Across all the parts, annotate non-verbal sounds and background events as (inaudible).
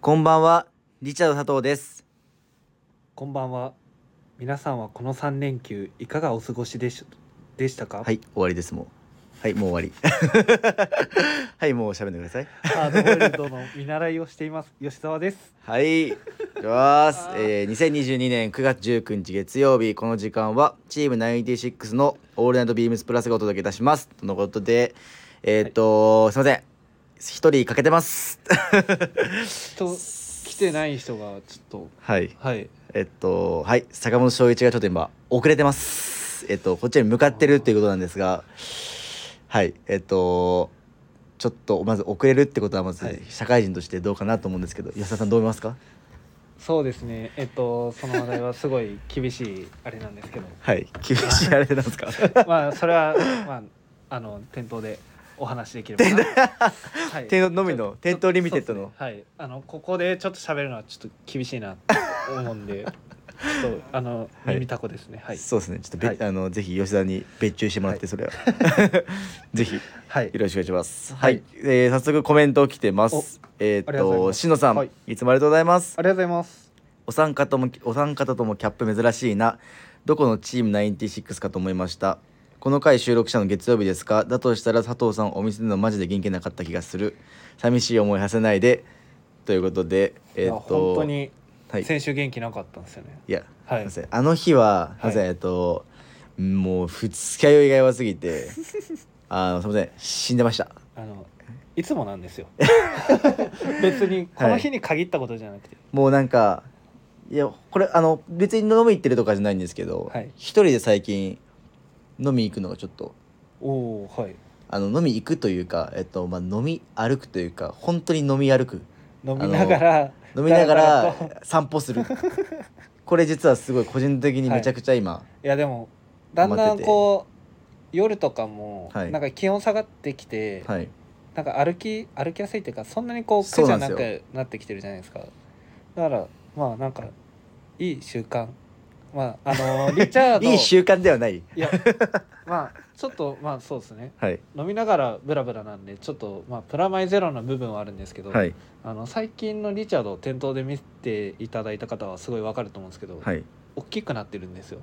こんばんは、リチャード佐藤です。こんばんは。皆さんはこの三連休いかがお過ごしでしでしたか。。はいい、終わりですもう。はい、もう終わり。 (laughs) はい、もう喋んでください。ハードボイルドの見習いをしています。吉澤です。はい、いき (laughs) ます。えー2022年9月19日月曜日、この時間はチーム96のオールナイトビームスプラスがお届けいたします。とのことで、えーっと、すいません。一人かけてます。ちょっと来てない人がちょっはい。とはい。えっと、はい、坂本翔一がちょっと今遅れてます。えっと、こっちに向かってるっていうことなんですが。はい、えっと、ちょっとまず遅れるってことはまずはい社会人としてどうかなと思うんですけど、安田さんどう思いますか。そうですね。えっとその話題はすごい厳しいあれなんです (laughs) けど、はい、厳しいあれなんですか。まあそれはまああの店頭でお話できればな。はい店頭のみのちょっと店頭リミテッドのそうですねはい。あのここでちょっと喋るのはちょっと厳しいなと思うんで、ちょっとあのはい耳たこです (laughs) ね。はい。そうですね、ちょっとべ、はいあの、ぜひ吉田に別注してもらって、はいそれは。 (laughs) ぜひ、よはい。ろしくお願いします。ははいい、えー早速コメント来てまおす。えーあっりがとうございと、ますしのさん、はいいつもありがとうございます。ありがとうございます。お三方ともお三方ともキャップ珍しいなどこのチーム96かと思いましたこの回収録したの月曜日ですかだとしたら佐藤さんお店でのマジで元気なかった気がする寂しい思いさせないでということでえっえっとと本当にはいい先週元気なかったんですよね。や、はいすいませんあの日は、はいすいませんえっともう二日酔いがやばすぎ (laughs) てあのすいません死んでましたあのいつもなんですよ。 (laughs) 別にこの日に限ったことじゃなくて、もうなんかいやこれあの別に飲み行ってるとかじゃないんですけど、はい一人で最近飲み行くのがちょっとおおーはい。あの飲み行くというか、えっとまあ、飲み歩くというか本当に飲み歩く飲みながら飲みながだらだらとら散歩するこれ実はすごい個人的にめちゃくちゃ今、いやでもだんだんこう夜とかもはいなんか気温下がってきて、はいなんか歩き歩きやすいっていうかそんなにこうそ苦うじなゃんでなすよくなってきてるじゃないですか。だからまあなんかいい習慣まああのリチャード (laughs) いい習慣ではない、いやまあちょっとまあそうですね。はい飲みながらブラブラなんでちょっとまあプラマイゼロな部分はあるんですけど、はいあの最近のリチャードを店頭で見ていただいた方はすごいわかると思うんですけど、はい大きくなってるんですよ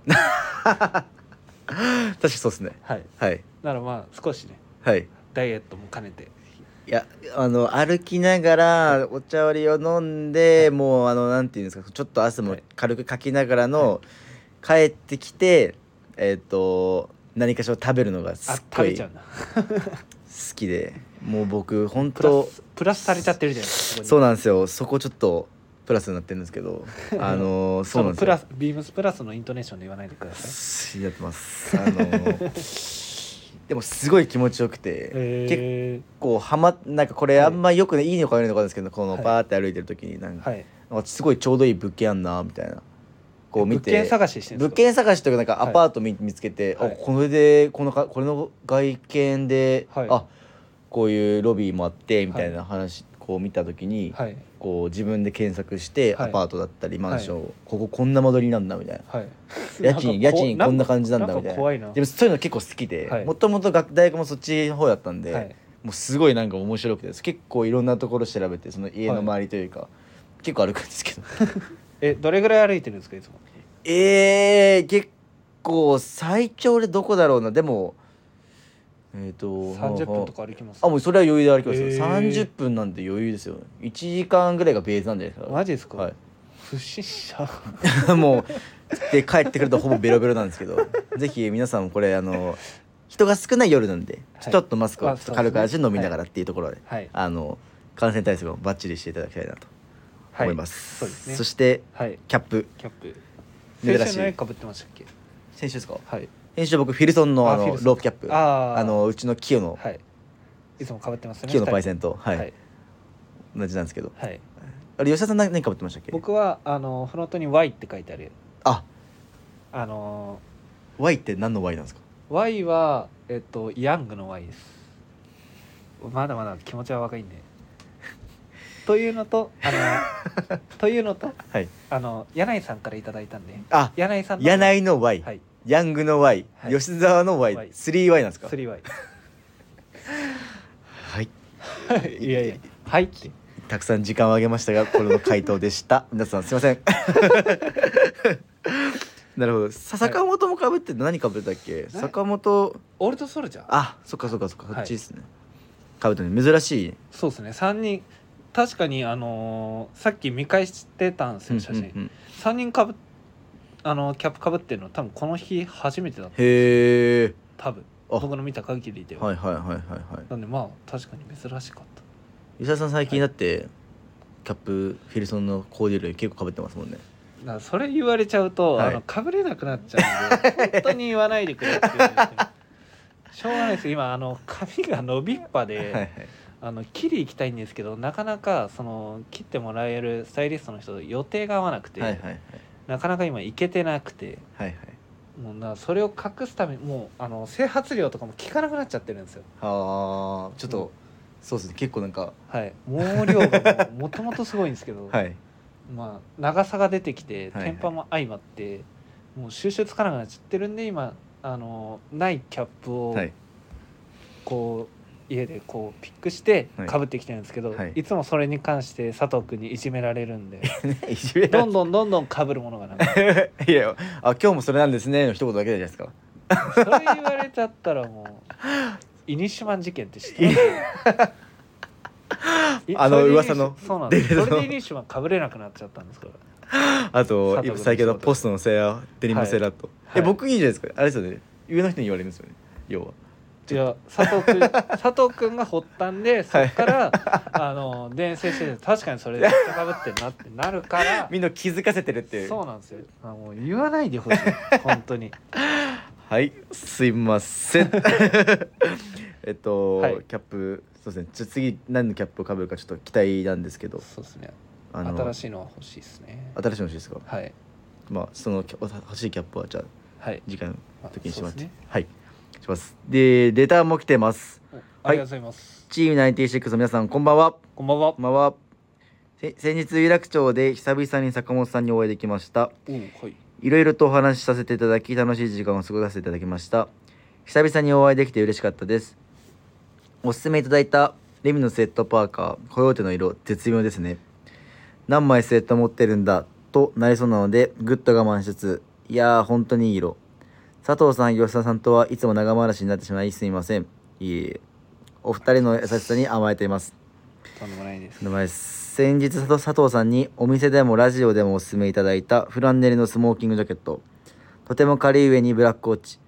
確かにそうですねはいはいだからまあ少しねはいダイエットも兼ねていやあの歩きながらお茶割りを飲んで、もうあのなんていうんですかちょっと汗も軽くかきながらの、帰ってきてえっ、と何かしら食べるのがすあっ食ごべいちゃ好うなきでもう僕本プラ当スプラスされちゃってるじゃないですかそううなんですよそこちょっとプラスになってるんですけ (laughs) どあのそうなんですプよラスビームスプラスのイントネーションで言わないでくださいすやってますあの (laughs) でもすごい気持ちよくて、結え構はまなんかこれはいあんまよくね、い、いのか悪いのかなんですけどこのはいバーって歩いてる時になんー、か、はいなんかすごいちょうどいい物件あんなみたいなこう見て物件探ししてるんで物すか件探しというかなんかはいアパート見,、見つけて、はあいこれでこのかこれの外見で、はいあこういうロビーもあってみたいな話、こう見た時に、はいこう自分で検索して、はいアパートだったりマンションを、こここんな間取りなんだみたいなはい (laughs) 家賃な家んかこ賃こんな感じなんだみたなんいかな怖いなでもそういうの結構好きではいもともと学大学もそっちの方だったんで、はいもうすごいなんか面白くて結構いろんなところ調べてその家の周りというか、結構歩くんですけど (laughs) えどれぐらい歩いてるんですかいつもえー、結構最長でどこだろうなでもえっ、と30分とか歩きますあもうそれは余裕で歩きますよ、えー30分なんて余裕ですよ1時間ぐらいがベースなんじゃないですかマジですか、はい不審者 (laughs) もうで帰ってくるとほぼベロベロなんですけどぜひ皆さんもこれあの人が少ない夜なんで、はいちょっとマスクをまあちょっと軽くそうで味すね飲みながらっていうところで、はいあの感染対策をバッチリしていただきたいなと思います、はいそうですねしてはいキャップキャップ珍しい先週何かぶってましたっけ先週ですかはい先週僕フィルソンのああフィのルソンロープキャップあーのうちのキヨの、はいいつもかぶってますねキヨのパインセンと、はいはい、同じなんですけどはい、あれ吉田さん何何かぶってましたっけ僕はあのフロントに Y って書いてあるああの Y って何の Y なんですか Y はえっとヤングの Y ですまだまだ気持ちは若い (laughs) んでというのとあのというのとはいあの柳井さんからいただいたんであ柳井さんの柳井の Y、はいヤングの Y、はい吉沢の Y、 Y 3Y なんですか 3Y はい (laughs) いやいやはいっていたくさん時間をあげましたがこれの回答でした (laughs) 皆さんすいません (laughs) なるほどさ坂本もかぶってて何かぶってたっけな坂本オールドソルジャーあそっかそっかそっかはいこっちですね、かぶってね珍しいそうですね3人確かにあのーさっき見返してたんですよ写真、うんうんうん3人かぶっあのーキャップかぶってるの多分この日初めてだったへえ多分あ僕の見た限りでは、はいはいはいはいはいなんでまあ確かに珍しかった伊沢さん最近だって、キャップフィルソンのコーデュロイ結構かぶってますもんねだからそれ言われちゃうと、はいあのかぶれなくなっちゃうんで (laughs) 本当に言わないでくれって言うんですけどしょうがないです今あの髪が伸びっぱで、はいはいあの切り行きたいんですけどなかなかその切ってもらえるスタイリストの人と予定が合わなくて、はいはいはいなかなか今行けてなくてはいはいもうなそれを隠すためにもうあの整髪料とかも効かなくなっちゃってるんですよあーちょっと、うんそうですね結構なんかはい毛量がもうもともとすごいんですけ (laughs) ど、はいまあ長さが出てきてはいはいテンパも相まって、もう収集つかなくなっちゃってるんで今あのないキャップをはいこう、家でこうピックしてはいかぶってきてるんですけど、はいい、つもそれに関して佐藤君にいじめられる (laughs) んでいじめらどれんどんどんどんかぶるものがなくなる (laughs) いやあ今日もそれなんですねの一言だけじゃないですかそれ言われちゃったらもうイニシュマン事件って知ってるいあのそれで噂のそうなんです伝そ説のれでイニシュマンかぶれなくなっちゃったんですからあと佐藤君最近のポストのセーラーデニムセーラーと、はいえ僕いいじゃないですかあれですよね上の人に言われるんですよね要はじゃあ佐藤君 (laughs) 佐藤君が発端でそっから、あの伝染してて確かにそれでかぶってんなってなる (laughs) からみんな気づかせてるっていうそうなんですよあもう言わないでほしい本 (laughs) 当にはいすいませ (laughs) んえっと、はいキャップそうですねちょ次何のキャップをかぶるかちょっと期待なんですけどそうですねあの新しいのは欲しいですね新しいの欲しいですかはいまあそのキャ欲しいキャップはじゃあはい次回の時にしまますすねはいしますでレターも来てますおありがとうございます、チーム96の皆さんこんばんはこんばんはこんばんはせ先日有楽町で久々に坂本さんにお会いできましたおはいいろいろとお話しさせていただき楽しい時間を過ごさせていただきました久々にお会いできて嬉しかったですおすすめいただいたレミのスウェットパーカーコヨーテの色絶妙ですね何枚スウェット持ってるんだとなりそうなのでぐっと我慢しつついやー本当にいい色佐藤さん吉田さんとはいつも長回しになってしまいすみませんいえいえお二人の優しさに甘えていますとんでもないですでもね先日佐藤佐藤さんにお店でもラジオでもおすすめいただいたフランネルのスモーキングジャケットとても軽い上にブラックウォッチ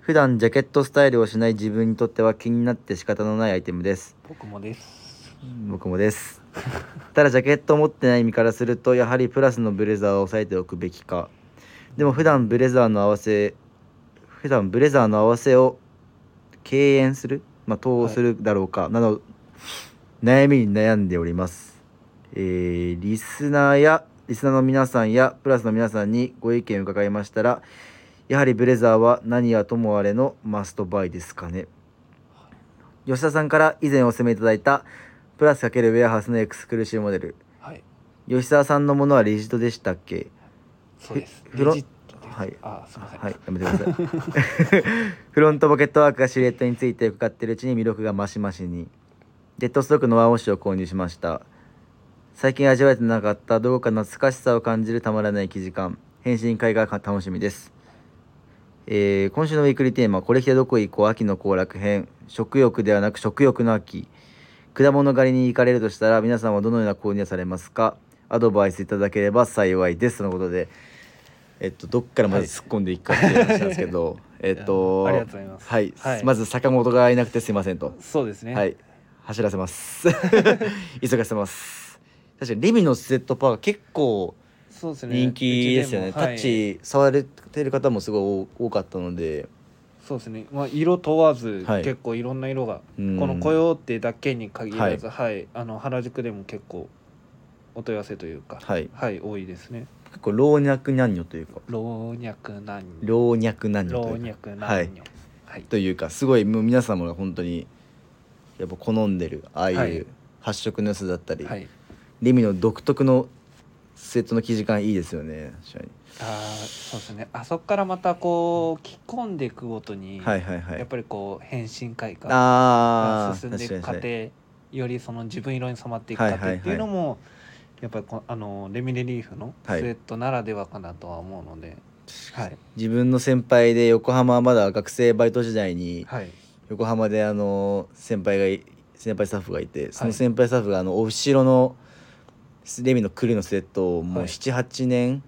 普段ジャケットスタイルをしない自分にとっては気になって仕方のないアイテムです僕もです僕もですただジャケットを持ってない身からするとやはりプラスのブレザーを抑えておくべきかでも普段ブレザーの合わせ普段ブレザーの合わせを敬遠するまあどうするだろうか、など悩みに悩んでおりますえーリスナーやリスナーの皆さんやプラスの皆さんにご意見を伺いましたらやはりブレザーは何はともあれのマストバイですかね吉田さんから以前お勧めいただいたプラス×ウェアハウスのエクスクルーシブモデルはい吉沢さんのものはレジットでしたっけそうですフロレジットですはいあすみません、はい、やめてください (laughs) フロントポケットワークがシルエットについて伺っているうちに魅力が増し増しにデッドストックのワンウォッシュを購入しました最近味わえてなかったどこか懐かしさを感じるたまらない生地感返信会が楽しみです、えー今週のウィークリーテーマ「これ着てどこへ行こう秋の行楽編」食欲ではなく食欲の秋果物狩りに行かれるとしたら皆さんはどのような購入をされますかアドバイスいただければ幸いですとのことでえっとどっからまず突っ込んでいくかっていう話なんですけど、 (laughs) えっとありがとうございますはい、はいまず坂本がいなくてすいませんとそうですねはい走らせます (laughs) 急がせます確かにレミのスウェットパーカー結構そうですね人気ですよねうちタもッチ触れてる方もすごい多多かったのでそうですね、まあ、色問わず、はい結構いろんな色が、うんこのコヨーテだけに限らず、はいあの原宿でも結構お問い合わせというか、はいはい、多いですね結構老若男女というか老若男女老若男女老と若いうか男女はいはいというかすごいもう皆様が本当にやっぱ好んでるああはいいう発色の良さだったり、はいレミの独特のスウェットの生地感いいですよね確かあーそうですねあそこからまたこう着込んでいくごとにに、はいはいはやっいぱりこう変身会がああ進んでいく過程よりその自分色に染まっていく過はいはい程はいっていうのもやっぱりこあのレミレリーフのスウはいェットならではかなとは思うので、はい自分の先輩で横浜まだ学生バイト時代にはい横浜であの先輩がい先輩スタッフがいてその先輩スタッフがあのお後ろのレミのクルーのスウェットをもうはい78年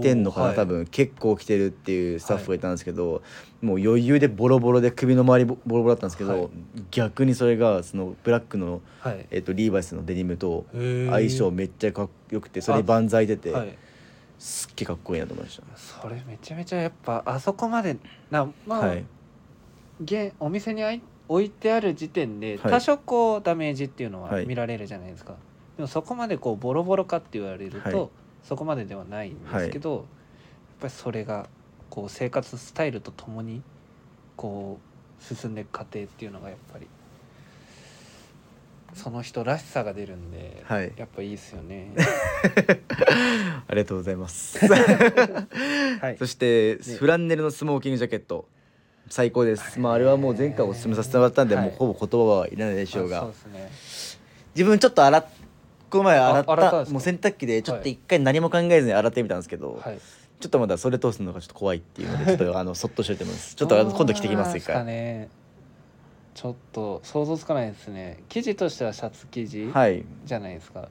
着てんのかな、多はい、分結構着てるっていうスタッフがいたんですけど、もう余裕でボロボロで首の周りボボロボロだったんですけど、はい逆にそれがそのブラックの、はいえっとリーバイスのデニムと相相性めっちゃかっこよくてそれに万歳出て、はい、すっげえかっこいいなと思いました。それめちゃめちゃやっぱあそこまでなまあ、はい、現お店にあい置いてある時点ではい多少こうダメージっていうのははい見られるじゃないですか、でもそこまでこうボロボロかって言われると、はいそこまでではないんですけど、やっぱりそれがこう生活スタイルとともにこう進んでいく過程っていうのがやっぱりその人らしさが出るんで、はいやっぱいいです (laughs) よね。ありがとうござい (laughs) ます。はいそして、ねフランネルのスモーキングジャケット最高であれす。ねまああれはもう前回お勧めさせてもらったんで、はいもうほぼ言葉はいらないであしそょううがで、すね自分ちょっと洗っこの前洗ったあ洗ったんですかもう洗濯機でちょっはとい一回何も考えずに洗ってみたんですけど、はいちょっとまだそれ通すのがちょっと怖いっていうのでちょっとあのそっとしといてますちょっとあの今度着てきますどう一な回んすかねちょっと想像つかないですね生地としてはシャツ生地はいじゃないですか、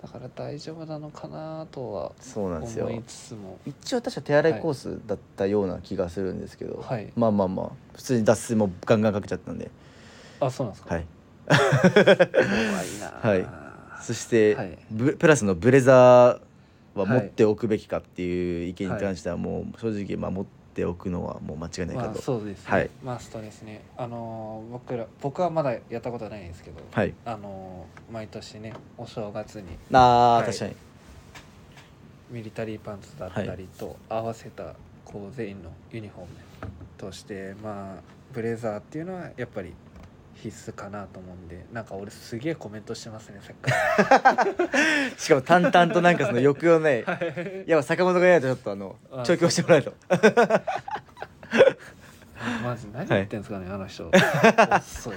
だから大丈夫なのかなとはそうなんですよ思いつつも一応確か手洗いコースだったような気がするんですけど、はいまあまあまあ普通に脱水もガンガンかけちゃったんであそうなんですか、はい怖いなはいそして、はいブプラスのブレザーは持はいっておくべきかっていう意見に関してはもう正直まあ持っておくのはもう間違いないかまあと、そうですね、はいマストですねあのー僕ら僕はまだやったことないですけど、はいあのー毎年ねお正月にあー、はい確かにミリタリーパンツだったりと合わせたこう全員のユニフォームとしてまあブレザーっていうのはやっぱり必須かなと思うんでなんか俺すげえコメントしてますねさっ (laughs) きかしかも淡々となんかその抑揚ないらいや坂本がいないとちょっとあのあ調教してもらえとマジ何言ってんすかね、あの人遅いなそう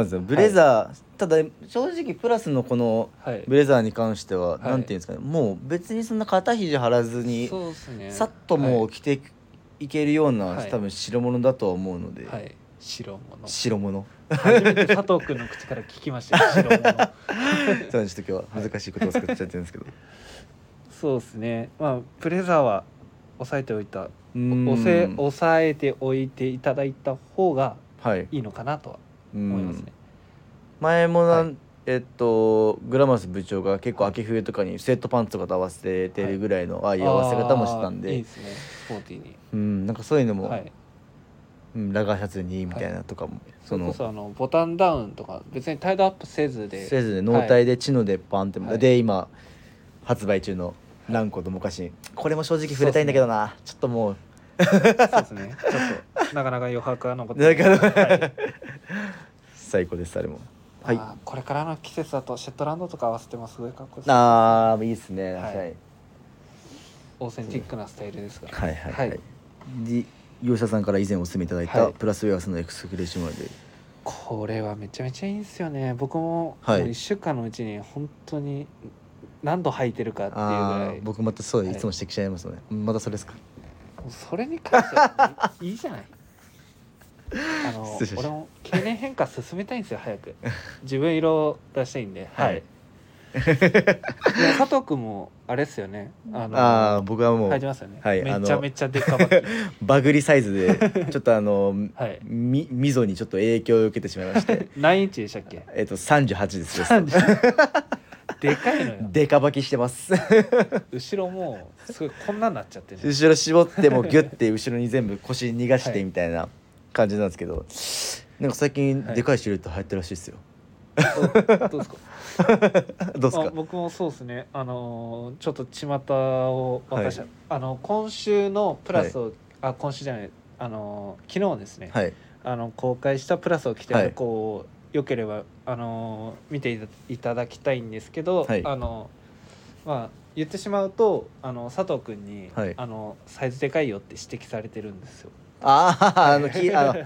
なんですよブレザー、ただ正直プラスのこのはいブレザーに関しては、いなんていうんですかねもう別にそんな肩肘張らずに、そうっすねさっともう着ていけるような、はい多分白物だとは思うので、はい、はい白物白物 (laughs) 初めて佐藤君の口から聞きましたよ白物そうなんですちょっと今日は難しいことを作っちゃってるんですけど (laughs) そうですねまあブレザーは押さえておいたう (laughs) おせーん押さえておいていただいた方がはいいいのかなとはう思いますんね。前もなん、はえっとグラマス部長が結構秋冬とかにスウェットパンツとかと合わせてるぐらいの、ああいう合わせ方もしてたんであーいいですね。スポーティーに。うんなんかそういうのも、はい。うん、ラガーシャツにみたいなとかも、そそれこのそあのボタンダウンとか別にタイドアップせずで。せずで脳体でチノでバンって、はいで今発売中の何個ともかしこれも正直触れたいんだけどな、ちょっともうそうですね。ちょっとなかなか余白が残ってだから、はい (laughs) 最高ですあれもはいまあこれからの季節だとシェットランドとか合わせてもすごいかっこいいですねあーいいですねはい確かにオーセンティックなスタイルですから。はいはいはい、はいで業者さんから以前お勧めいただいた、はいプラスウェアスのエクスクレーションまでこれはめちゃめちゃいいんですよね。僕ももうはい1週間のうちに本当に何度履いてるかっていうぐあらいー。僕またそうではいいつも指摘しちゃいますのね、またそれですかもうそれに関してはいいじ (laughs) ゃないあの失礼しました俺も経年変化進めたいんですよ早く自分色を出したいんでははいいいや佐藤君もあれですよねあのああ僕はもう、入りますよね、はいめちあゃのめちゃでっか (laughs) ばきバグリサイズ (laughs) でちょっとあのはいみ溝にちょっと影響を受けてしまいまして (laughs) 何インチでしたっけえっと38です (laughs) でかいのよデカバキしてます (laughs) 後ろもうすごいこんなんなっちゃってる後ろ絞ってもうギュッて後ろに全部腰逃がしてみたいな感じなんですけど、なんか最近はいでかいシルエット流行ってるらしいですよ、 (laughs) どうですかどうですあか僕もそうですねあのーちょっと巷を私、はあの今週のプラスを、あ今週じゃないあのー昨日ですね、はいあの公開したプラスを着てはいる子を、よければあのー見ていたいただきたいんですけど、はいあのまあ言ってしまうとあの佐藤君に、はいあのサイズでかいよって指摘されてるんですよ。 (laughs) あああのきあのは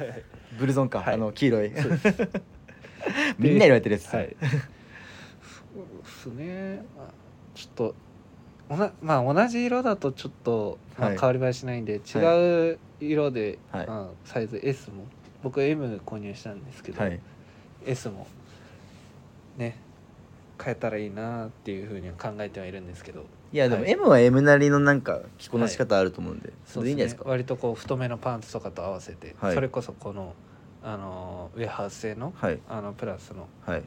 ブルゾンか、はいあの黄色いそう (laughs) ですみんな言われてるやつ、はい、そうですねあちょっとおなまあ同じ色だとちょっと、まあ、はい変わり映えしないんで、違う色で、はいまあサイズ S も僕 M 購入したんですけど、はい S もね変えたらいいなっていうふうには考えてはいるんですけどいやでもはい M は M なりのなんか着こなし方あると思うんで、それでいいんじゃないですか割とこう太めのパンツとかと合わせて、はいそれこそこのあのウェハース製のはいあのプラスの、はい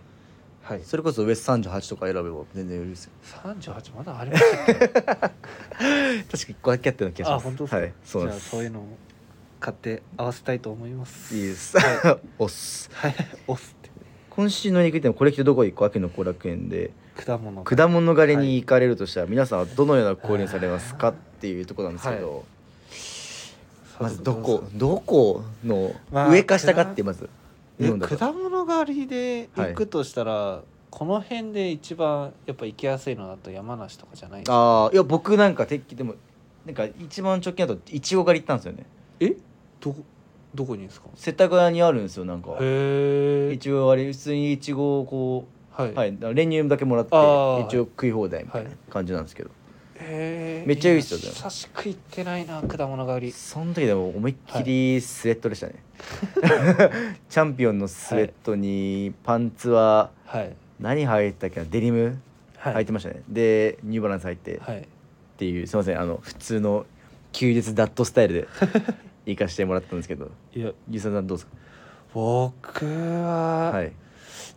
はい、それこそウエスト38とか選べば全然売れるですよ38まだありましたっけ確か1個だけやってるような気がしますあ本当ですかはいそうじなんゃあですそういうのを買って合わせたいと思いますいい (laughs) です、 (laughs) おっすはい押すっ今週の行くでもこれ着てどこ行く秋の後楽園でて果物が果物狩りに行かれるとしたら、皆さんはどのような購入されますかっていうところなんですけど、まずどこどこのまあ上か下かってまずえ日本だと果物狩りで行くとしたら、この辺で一番やっぱ行きやすいのだと山梨とかじゃないですかああいや僕なんかてっきりでもなんか一番直近だといちご狩り行ったんですよねえどこどこにですか世田谷にあるんですよなんかへえいちご狩り普通にいちごをこはう、い、はい、だから練乳だけもらってあー一応食い放題みたいなはい感じなんですけど、へーめっちゃいいっすよでも久しく行ってないな果物狩りその時でも思いっきりスウェットでした (laughs) ね、チャンピオンのスウェットにパンツははい何履いてたっけなデニムは履いてましたね、でニューバランス履いてっはいていうすいませんあの普通の休日ダットスタイルで行かしてもらったんですけ (laughs) どいやゆうさんさんどうです僕かは、はい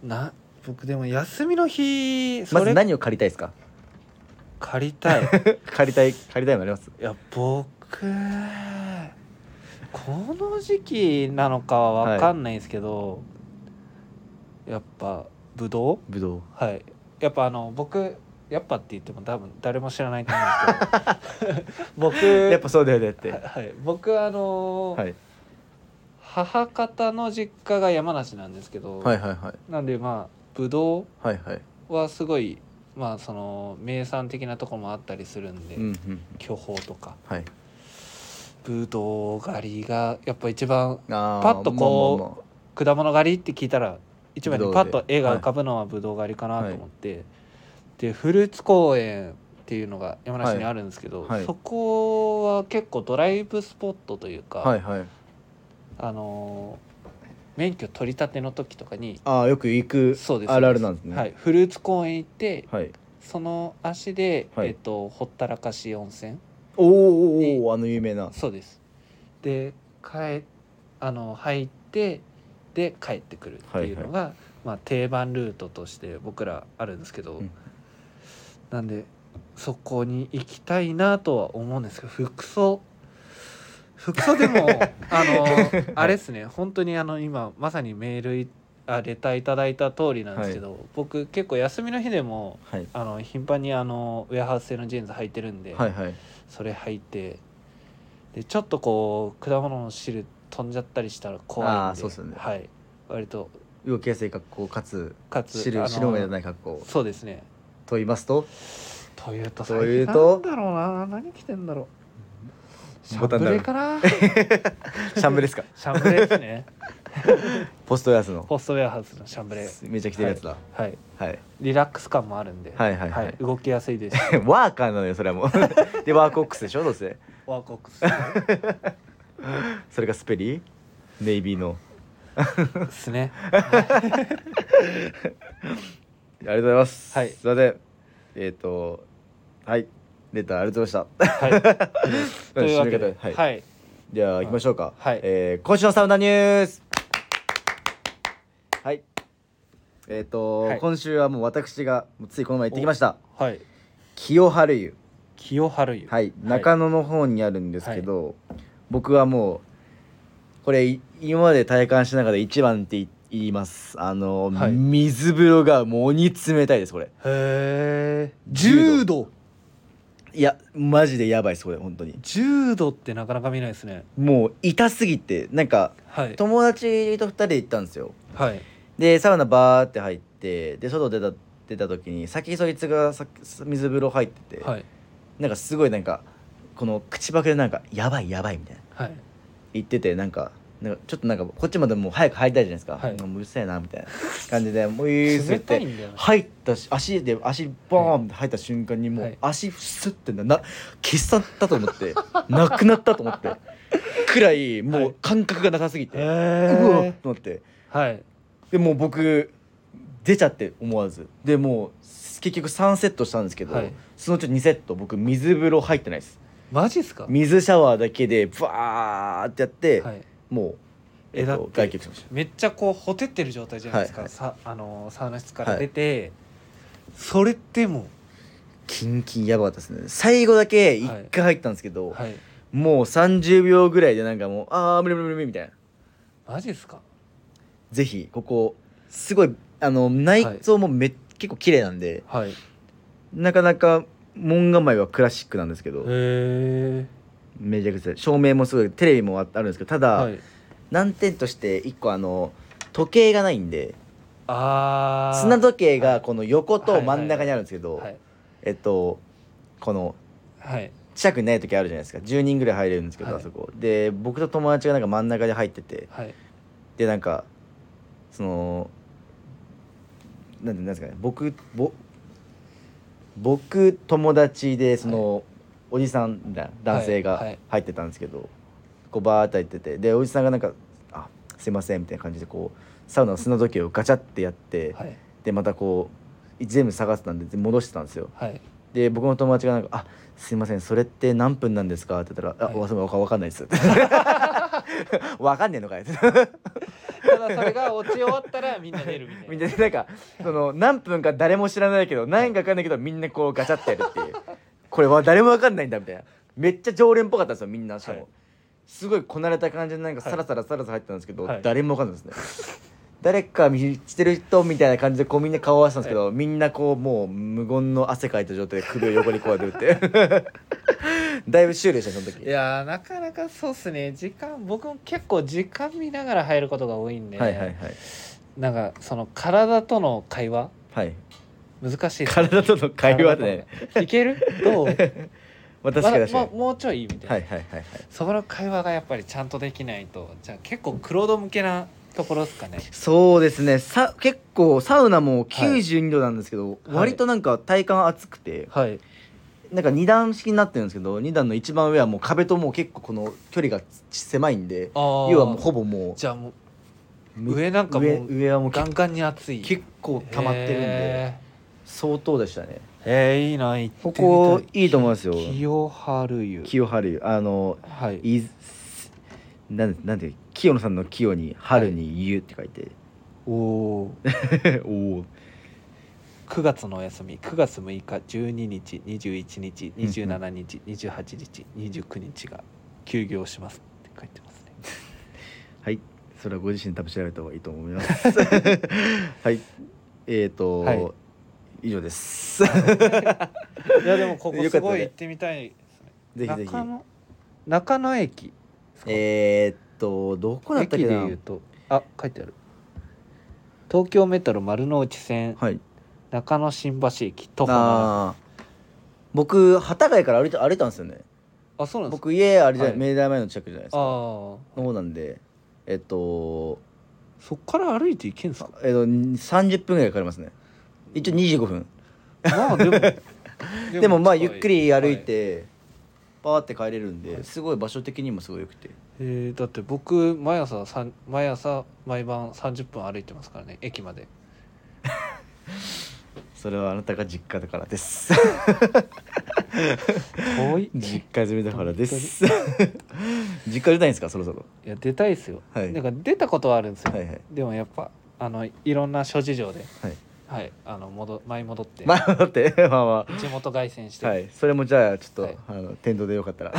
な僕でも休みの日まずそれ何を借りたいですか借り (laughs) たい借りたい借りたいのありますいや僕この時期なのかは分かんないんですけど、やっぱぶどうぶどうはいやっぱあの僕やっぱって言っても多分誰も知らないと思 (laughs) うんですけど僕やっぱそうだよねってははいはい、僕あのーい母方の実家が山梨なんですけど、はいはいはいなんでまあぶどはいはいうはすごいまあその名産的なとこもあったりするんで、うんうん巨峰とかはいぶどう狩りがやっぱ一番あーパッとこうまあまあま果物狩りって聞いたら一番にぶどうパッでと絵が浮かぶのはぶどう狩りかなと思って、でフルーツ公園っていうのが山梨にあるんですけど、はいはいそこは結構ドライブスポットというか、あはいはいあのー免許取り立ての時とかにああよく行くそうですあるあるなんですねはい、フルーツ公園行ってはいその足で、はいえっとほったらかし温泉おーおーおーあの有名なそうですで帰あの入ってで帰ってくるっていうのが、まあ、定番ルートとして僕らあるんですけど、うんなんでそこに行きたいなとは思うんですけど服装服装でも (laughs) あのあれですね本当にあの今まさにメールいあレターいただいた通りなんですけど、僕結構休みの日でもはいあの頻繁にあのウェアハウス製のジーンズ履いてるんで、はいはいそれ履いてでちょっとこう果物の汁飛んじゃったりしたら怖いんであーそうっすよねはい、割と動きやすい格好かつかつあ白の白目じゃない格好そうですねと言いますとというとという最と近なんだろうな何着てんだろうシボタャンンだブろレか (laughs) なシャンブレですかシャンブレです (laughs) ねポストヤスのホストウェアハウスのシャンブレめちゃ着てるやつだはいはいリラックス感もあるんではいはいはい動きやすいですし (laughs) ワーカーなのよそれはも (laughs) うでワークオックスでしょどうせワークオックスそれがスペリーネイビーのですねありがとうございますはいすいませんえっとはいレターありがとうござい (laughs) ましはいというわけではいはいた (laughs) じゃあ行きましょうかはいえー今週のサウナニュースはいえっとはい今週はもう私がついこの前行ってきましたはい清春湯清春湯はい、中野の方にあるんですけど、僕はもうこれい今まで体感した中で一番ってい言いますあの、はい水風呂がもう鬼冷たいですこれへえ柔柔道いやマジでやばいですこれ本当に柔道ってなかなか見ないですねもう痛すぎてなんかはい友達と2人で行ったんですよはいでサウナバーって入ってで外出た出た時に先そいつがさ水風呂入ってて、はいなんかすごいなんかこの口ばくでなんか「やばいやばい」みたいなはい言っててなんかなんかちょっとなんかこっちまでもう早く入りたいじゃないですか、はいもううるせえなみたいな感じでもういいっす冷たっいてんだよね入ったし足で足ボーンって入った瞬間にもはうい足スッてなな消し去ったと思って (laughs) なくなったと思ってくらいはもうい感覚がなさすぎて、うわっえと思ってー、はいでもう僕出ちゃって思わずでもう結局3セットしたんですけど、はいそのうち2セット僕水風呂入ってないですマジっすか水シャワーだけでバーってやって、はいもう、えっだっとて、外気浴しましめっちゃこうほてってる状態じゃないですはか、いはいさあのーサウナ室から出て、それってもたキンキンやばかったですね最後だけ一はい回入ったんですけど、うはいもう30秒ぐらいでなんかもうあー無理無理無理みたいなマジっすかぜひここすごいあの内装もめ、結構綺麗なんではいへなかなか門構えはクラシックなんですけどえめちゃくちゃ照明もすごいテレビもああるんですけどただ、はい難点として一個あの時計がないんであー砂時計がこの横はといはいはい真ん中にあるんですけど、はいえっとこのはい近くにない時あるじゃないですか10人ぐらい入れるんですけど、はいあそこで僕と友達がなんか真ん中で入っててはいでなんかそのなんてなんですかね僕ぼ僕友達でその、おじさんみたいな男性はいはがい入ってたんですけど、こうバーって入っててでおじさんがなんか「あすいません」みたいな感じでこうサウナの砂時計をガチャってやって、はいでまたこう全部探してたんで戻してたんですよ。 (laughs) はいで僕の友達がなんか「あすいませんそれって何分なんですか?」って言ったら「はいあわわかわかんないです」 (laughs) わかんねえのかい」ってただそれが落ち終わったらみんな出るみたいなみんななんかその何分か誰も知らないけど何かわかんないけどみんなこうガチャってやるっていうこれは誰もわかんないんだみたいなめっちゃ常連っぽかったんですよみんなしかも、はいすごいこなれた感じでなんかはいサラサラサラサラ入ってたんですけど、はい誰もわかんないですね誰か見してる人みたいな感じでこうみんな顔合わせたんですけど、みんなこうもう無言の汗かいた状態で首を横にこうやって打ってだいぶ修理したその時いやーなかなかそうっすね時間僕も結構時間見ながら入ることが多いんで、はいはいはいなんかその体との会話はい難しいっす体との会話でね体とのいける (laughs) どうまあ確かに確まかだにもうもうちょいみたいな、はいはいはいはいそこの会話がやっぱりちゃんとできないとじゃあ結構クロード向けなところですかねそうですねさ結構サウナも92度なんですけど、割となんか体感暑くて、はいなんか2段式になってるんですけど2段の一番上はもう壁ともう結構この距離が狭いんであ要はもうーほぼもじゃあもうう上なんかも上う上はもうガ結ンガンに熱い結構溜まってるんでへ相当でしたねーえー、いいな行ってこみたいここいいと思いますよ清春湯清春湯あのはいいなんなんていう清野さんの清に春に湯って書い (laughs) て、おおおお9月のお休み9月6日12日21日27日28日29日が休業しますって書いてますねはい、それはご自身で多分調べた方がいいと思います。 (laughs) はい、えっ、ー、と、はい以上 (laughs) です。いやでもここよかすったねごい行ってみたいですね。ぜひぜひ中。野中野駅ですかえっと、どこだったっ駅けでな言うとあ書いてある。東京メトロ丸の内線はい。中野新橋駅徒歩7あー僕、幡ヶ谷から歩いて歩いたんですよね。あそうなんですか。僕、家、あれじゃない、はい明大前の近くじゃないですああか。の方なんで、えっと、そっから歩いて行けんす (laughs) か。えっと、30分ぐらいかかりますね。一応25分。まあでもでも、まあ、ゆっくり歩い。はいて、パーって帰れるんはで、いすごい場所的にもすごい良くて。えーだって僕毎朝さん毎朝毎晩30分歩いてますからね駅まで。それはあなたが実家だからです。遠い。い実家住みだからです。実家出たいんですか、そろそろ。や出たいですよ。はいなんか出たことはあるんですよ。はいはい。でもやっぱあのいろんな諸事情ではい。はい、あの戻舞い戻って、まあ、待って、 (laughs) まあま地元凱旋して、あ。はい、それもじゃあ、ちょっと、はいあの、天童でよか (laughs) ったら。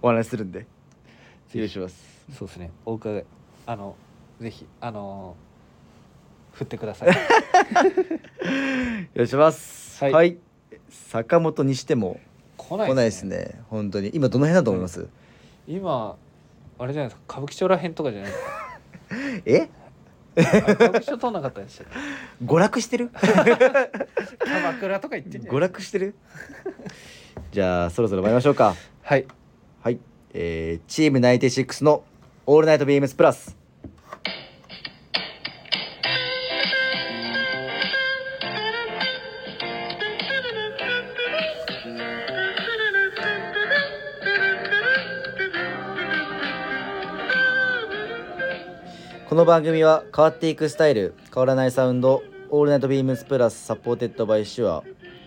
お話しするんで。失礼します。そうですねお伺いあのぜひあのー振ってく (laughs) ださいよろしくお願いします。はいはい。坂本にしても、来ない来ないですね。本当に、今どの辺だと思います。今あれじゃないですか歌舞伎町らへんとかじゃないですかえ、 (laughs) あ歌舞伎町通んなかったでしたっけ娯楽して (laughs) る。 (laughs) 鎌倉とか行ってんじゃな娯いですか楽してる。 (laughs) じゃあ、そろそろ参りましょうか。はいはい。えーチームナインティシックスのオールナイト BMS プラス」この番組は変わっていくスタイル変わらないサウンド「オールナイトビームスプラスサポーテッドバイシュア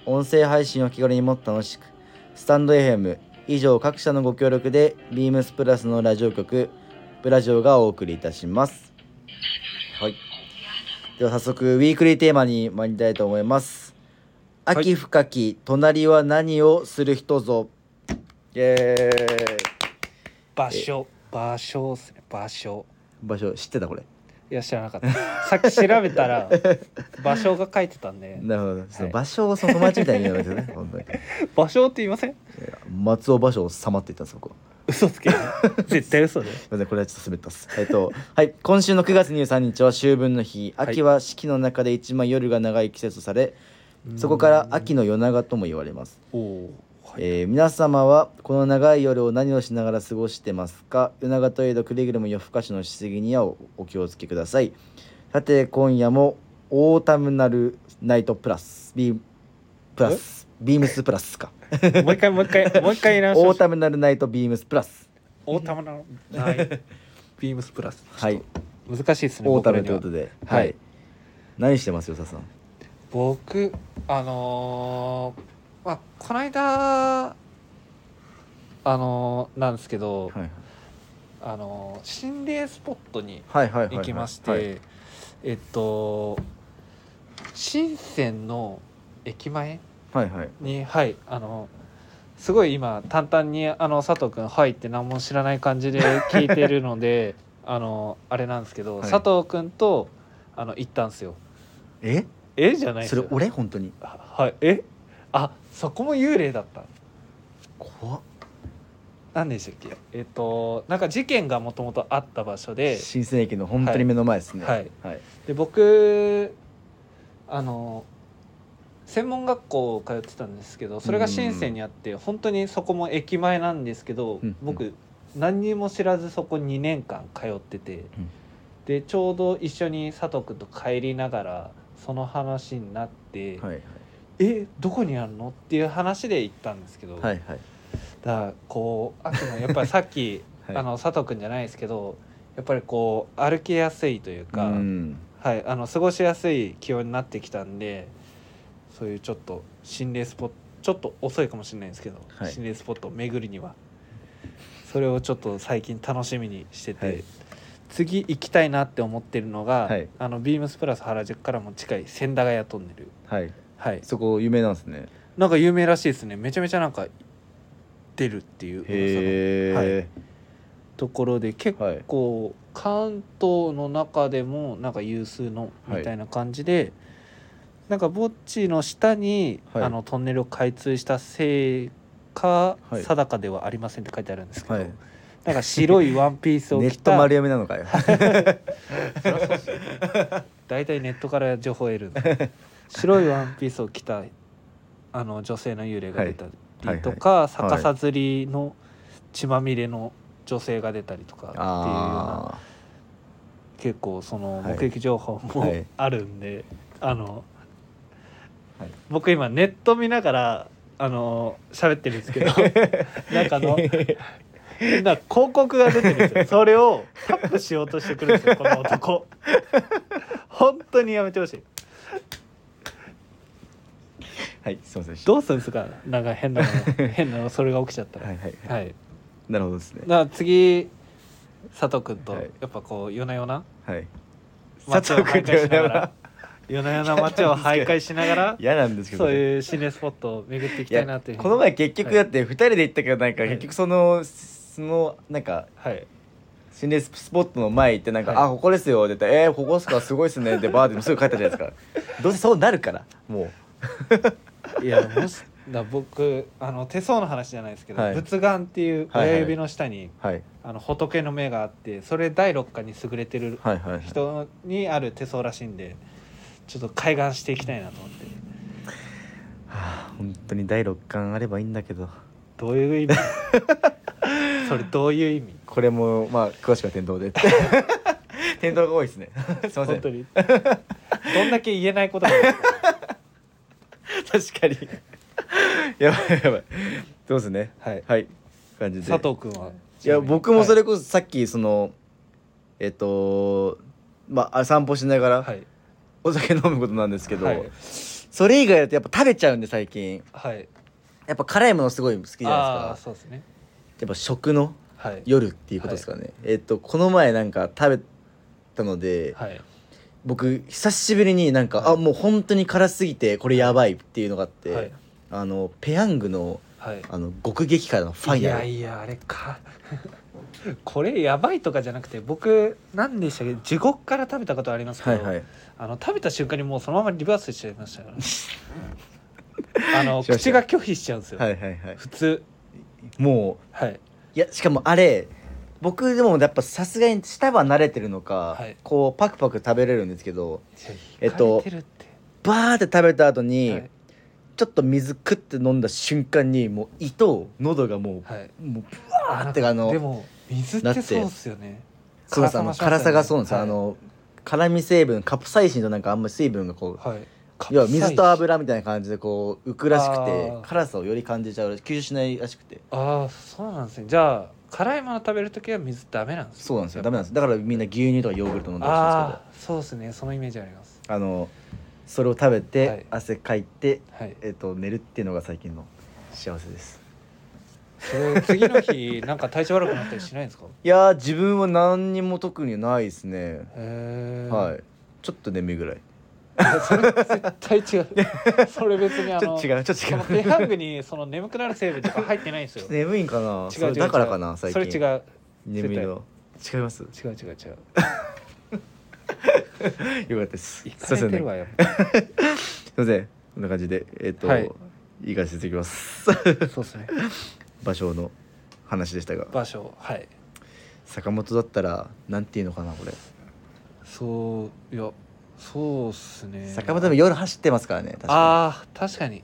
音声配信を気軽にもっと楽しくスタンド FM 以上各社のご協力でビームスプラスのラジオ局ブラジオがお送りいたしますはいでは早速ウィークリーテーマに参りたいと思いますはい秋深き隣は何をする人ぞイエーイ場所場所っすね場所場所知ってたこれいや知らなかったさっき調べ (laughs) たら場所が書いてたんでなるほど、その場所をその友達みたいに言うのやめてね本当に場所って言いません松尾芭蕉様って言ったんです僕は嘘つけ絶対嘘だよすいませんこれはちょっと滑ったっすえっと (laughs) はい今週の9月23日は秋分の日い秋は四季の中で一番夜が長い季節とされ (laughs) そこから秋の夜長とも言われます、おおーはいえー皆様はこの長い夜を何をしながら過ごしてますか夜長といえどくれぐれも夜更かしのしすぎにはおお気をつけくださいさて今夜もオータムナルナイトプラスビームプラスビームスプラスかもう一回もう一 (laughs) 回もう一回言い直しオーましょうタムナルナイトビームスプラス大玉なのないビームスプラスはい難しいですねオータムという僕らにこはとでははいい何してますよささん僕あのーまあこの間あのーなんですけど、はいあのー心霊スポットにはいはいはい行きまして、えっと深センの駅前はいはいにはいあのすごい今淡々にあの佐藤君「はい」って何も知らない感じで聞いてるの (laughs) であのあれなんですけど、はい佐藤君とあの行ったんですよ。ええじゃないですそよれ俺本当にははいえあそこも幽霊だった怖っ何でしたっけえっとなんか事件がもともとあった場所で新鮮駅の本当に目の前ですねはいはいで僕あの専門学校通ってたんですけどそれが深センにあって本当にそこも駅前なんですけどうんうん僕何にも知らずそこ2年間通っててんでちょうど一緒に佐藤君と帰りながらその話になってはいはい「えどこにあるの?」っていう話で行ったんですけど、はいはいだからこう秋のやっぱりさっき (laughs) はいあの佐藤君じゃないですけどやっぱりこう歩きやすいというか、うんはい、あの過ごしやすい気温になってきたんでそういうちょっと心霊スポットちょっと遅いかもしれないんですけど、はい心霊スポットを巡るにはそれをちょっと最近楽しみにしてて、はい次行きたいなって思ってるのが、はいあのビームスプラス原宿からも近い千駄ヶ谷トンネル、はいはい、そこ有名なんですねなんか有名らしいですねめちゃめちゃなんか出るっていう噂のへところで結構関東の中でもなんか有数のみたいな感じで、なんか墓地の下に、はいあのトンネルを開通したせいか、はい定かではありませんって書いてあるんですけど、はいなんか白いワンピースえをネ着ットた丸読みなのかよ大体ネットから情報を得るんで (laughs) 白いワンピースを着たあの女性の幽霊が出たりとか、はい逆さ吊りの血まみれの女性が出たりとかっていうような。あ結構そのはい目撃情報はもいあるんで、あの、はい僕今ネット見ながらあの喋ってるんです (laughs) けどなんかあのなんか広告が出てるんですよそれをタップしようとしてくるんですよこの男本当にやめてほしいーはいすいませんどうするんですかなんか変な (laughs) の変なのそれが起きちゃったらははいはいい、なるほどですねだから次佐藤君とはいやっぱこう夜な夜なはい街を徘徊しながら夜な夜な街を徘徊しながら嫌なんですけどそうねいう心霊スポットを巡っていきたいなっていうふうにこの前結局だって2人で行ったけどなんかはい結局そのそのなんかはい心霊スポットの前行ってなんか「はいあここですよ」って言ったら「えー、ここっすかすごいっすね」ってバーですぐ帰ったじゃない (laughs) ですかどうせそうなるからもいやもしだ僕あの手相の話じゃないですけど、はい仏眼っていう親指の下に、うはいあの仏の目があってそれ第六感に優れてるはいはいはい人にある手相らしいんでちょっと開眼していきたいなと思ってはあ本当に第六感あればいいんだけど (laughs) どういう意味それどういう意味これもまあ詳しくは店頭 (laughs) で店頭が多いですねすいませ本ん当確にどんだけ言えないことなんですかかに (laughs) やばいやばいそうですねはいはい感じで佐藤君はいや僕もそれはこそさっきその、えっとまああ散歩しながいらはいお酒飲むことなんですけど、はいそれ以外だとやっぱ食べちゃうんで最近はいやっぱ辛いものすごい好きじゃないああーですかそうですねやっぱ食のはい夜っていうことですかね、えっとこの前なんか食べたので、はい僕久しぶりになんか、はいあもう本当に辛すぎてこれやばいっていうのがあって、はいあのペヤングのはいあの極激辛のファイいナやルいやあれか (laughs) これやばいとかじゃなくて僕何でしたっけ地獄から食べたことありますけはど、いはいあの食べた瞬間にもうそのままリバースしちゃいましたから (laughs) あのしました口が拒否しちゃうんですよ、はいはいはい普通もうはいいやしかもあれ僕でもやっぱさすがに舌は慣れてるのか、はいこうパクパク食べれるんですけどええっっととてるってバーって食べた後に、はいちょっと水食って飲んだ瞬間にもう胃と喉がもう、はいもうブワーってあのでも水っだっててそうっすよねそうですあの辛さがそうなんですよ、はいあの辛み成分カプサイシンとなんかあんまり水分がこうはい要は水と油みたいな感じでこう浮くらしくてあー辛さをより感じちゃうらし吸収しないらしくてああそうなんですねじゃあ辛いもの食べるときは水ダメなんですねそうなんですよダメなんですだからみんな牛乳とかヨーグルト飲んだらしいんですああそうですねそのイメージありますけどあのそれを食べて、はい汗かいて、はいえっと寝るっていうのが最近の幸せですそれ次の日なんか体調悪くなったりしないん (laughs) ですかいやー自分は何にも特にないですね、へえ (laughs) はいちょっと眠いぐらい絶対違う (laughs) それ別にあちょのっと違うちょそのっと違ペうヤングにその眠くなる成分とか入ってない (laughs) んですよ違う眠いんかなそ違うれ違うだからかな最近それ違う眠いの違い (laughs) ますよ違う違う違うかったですすいいまかせれんてねるわやっぱすいませんこんな感じでえっ、と、はいい、い感じで続きます (laughs) そう (laughs) ですね場所の話でしたが場所はい坂本だったらなんていうのかなこれ、そういやそうっすね坂本でも夜走ってますからね確かああ確かにに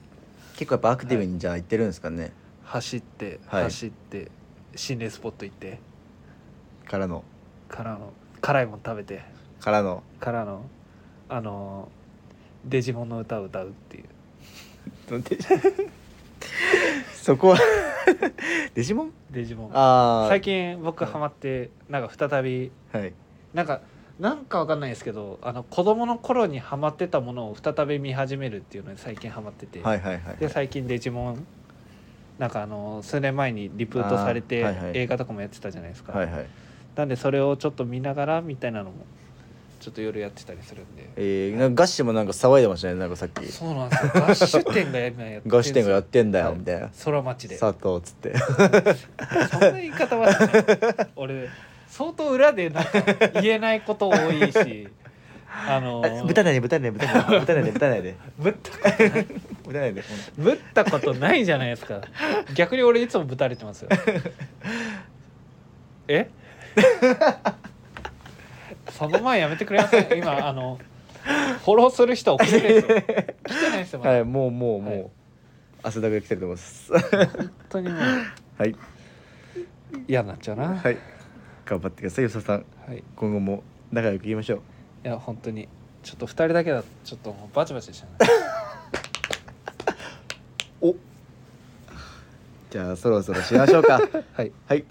結構やっぱアクティブにじゃあ行ってるんですかね、走って、はい走って心霊スポット行ってからのからの辛いもん食べてからのからのあのーデジモンの歌を歌うっていうで (laughs) そこは (laughs) デジモンデジモンああ最近僕ハマってなんか再びはいなんかなんかわかんないですけどあの子供の頃にハマってたものを再び見始めるっていうのに最近ハマってて、はいはいはいで最近デジモンなんかあの数年前にリプートされて、あーはいはい映画とかもやってたじゃないですか、はいはいなんでそれをちょっと見ながらみたいなのもちょっと夜やってたりするんでえー、なんかガッシュもなんか騒いでましたねなんかさっきそうな (laughs) んですよガッシュ店がや今やってガッシュ店がやっってんだよ、はいみたいな空町でそ佐藤っつってんな言い方はしない俺相当裏でなんか言えないこと多い (laughs) しあのあ (laughs) ぶたないでぶたないでぶたないでぶたないでぶたないでぶったことないぶたないでぶったことないじゃないですか逆に俺いつもぶたれて (laughs) ますよえその前やめてくれません今あのフォローする人遅れてるんですよ来てないですよまだはいもうもうもう、はい汗だくで来てると思います (laughs) 本当にもうはい嫌になっちゃうなはい、はい頑張ってくださいよささんい、今後も仲良くいきましょうや本当にちょっと2人だけだとちょっともうバチバチしちゃうねじゃあそろそろしましょうかはいはい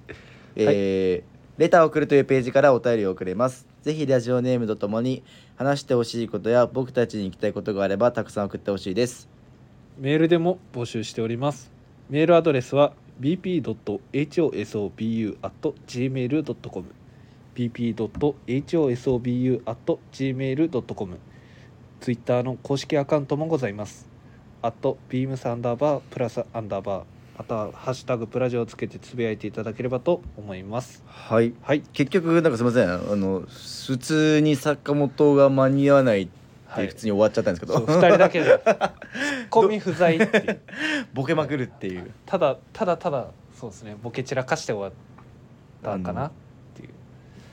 えーレターを送るというページからお便りを送れますぜひラジオネームとともに話してほしいことや僕たちに聞きたいことがあればたくさん送ってほしいですメールでも募集しておりますメールアドレスは bp.hosobu.gmail.com bp.hosobu.gmail.com ツイッターの公式アカウントもございますあと beams アンダーバープラスアンダーバーまたはハッシュタグプラジオをつけてつぶやいていただければと思いますはいはい結局なんかすみませんあの普通に坂本が間に合わないってはい普通に終わっちゃったんですけど、そう2人だけでツッコミ不在っていう (laughs) ボケまくるっていうただただただそうですねボケ散らかして終わったんかなっていう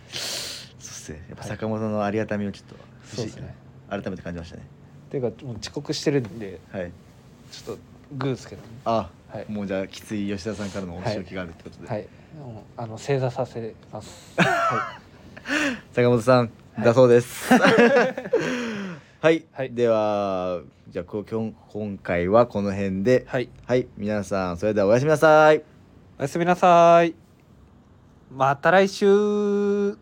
そうですねやっぱ坂本のありがたみをちょっと、そうですね改めて感じましたねていうかもう遅刻してるんではいちょっとグーですけどねあはいもうじゃあきつい吉田さんからのお仕置きがあるってことで、はいうんあの正座させ (laughs) ます、は坂本さん、はいだそう (laughs) です。はい、はいではじゃあこ今日今回はこの辺でい、はい、はい皆さんそれではおやすみなさい。おやすみなさいまた来週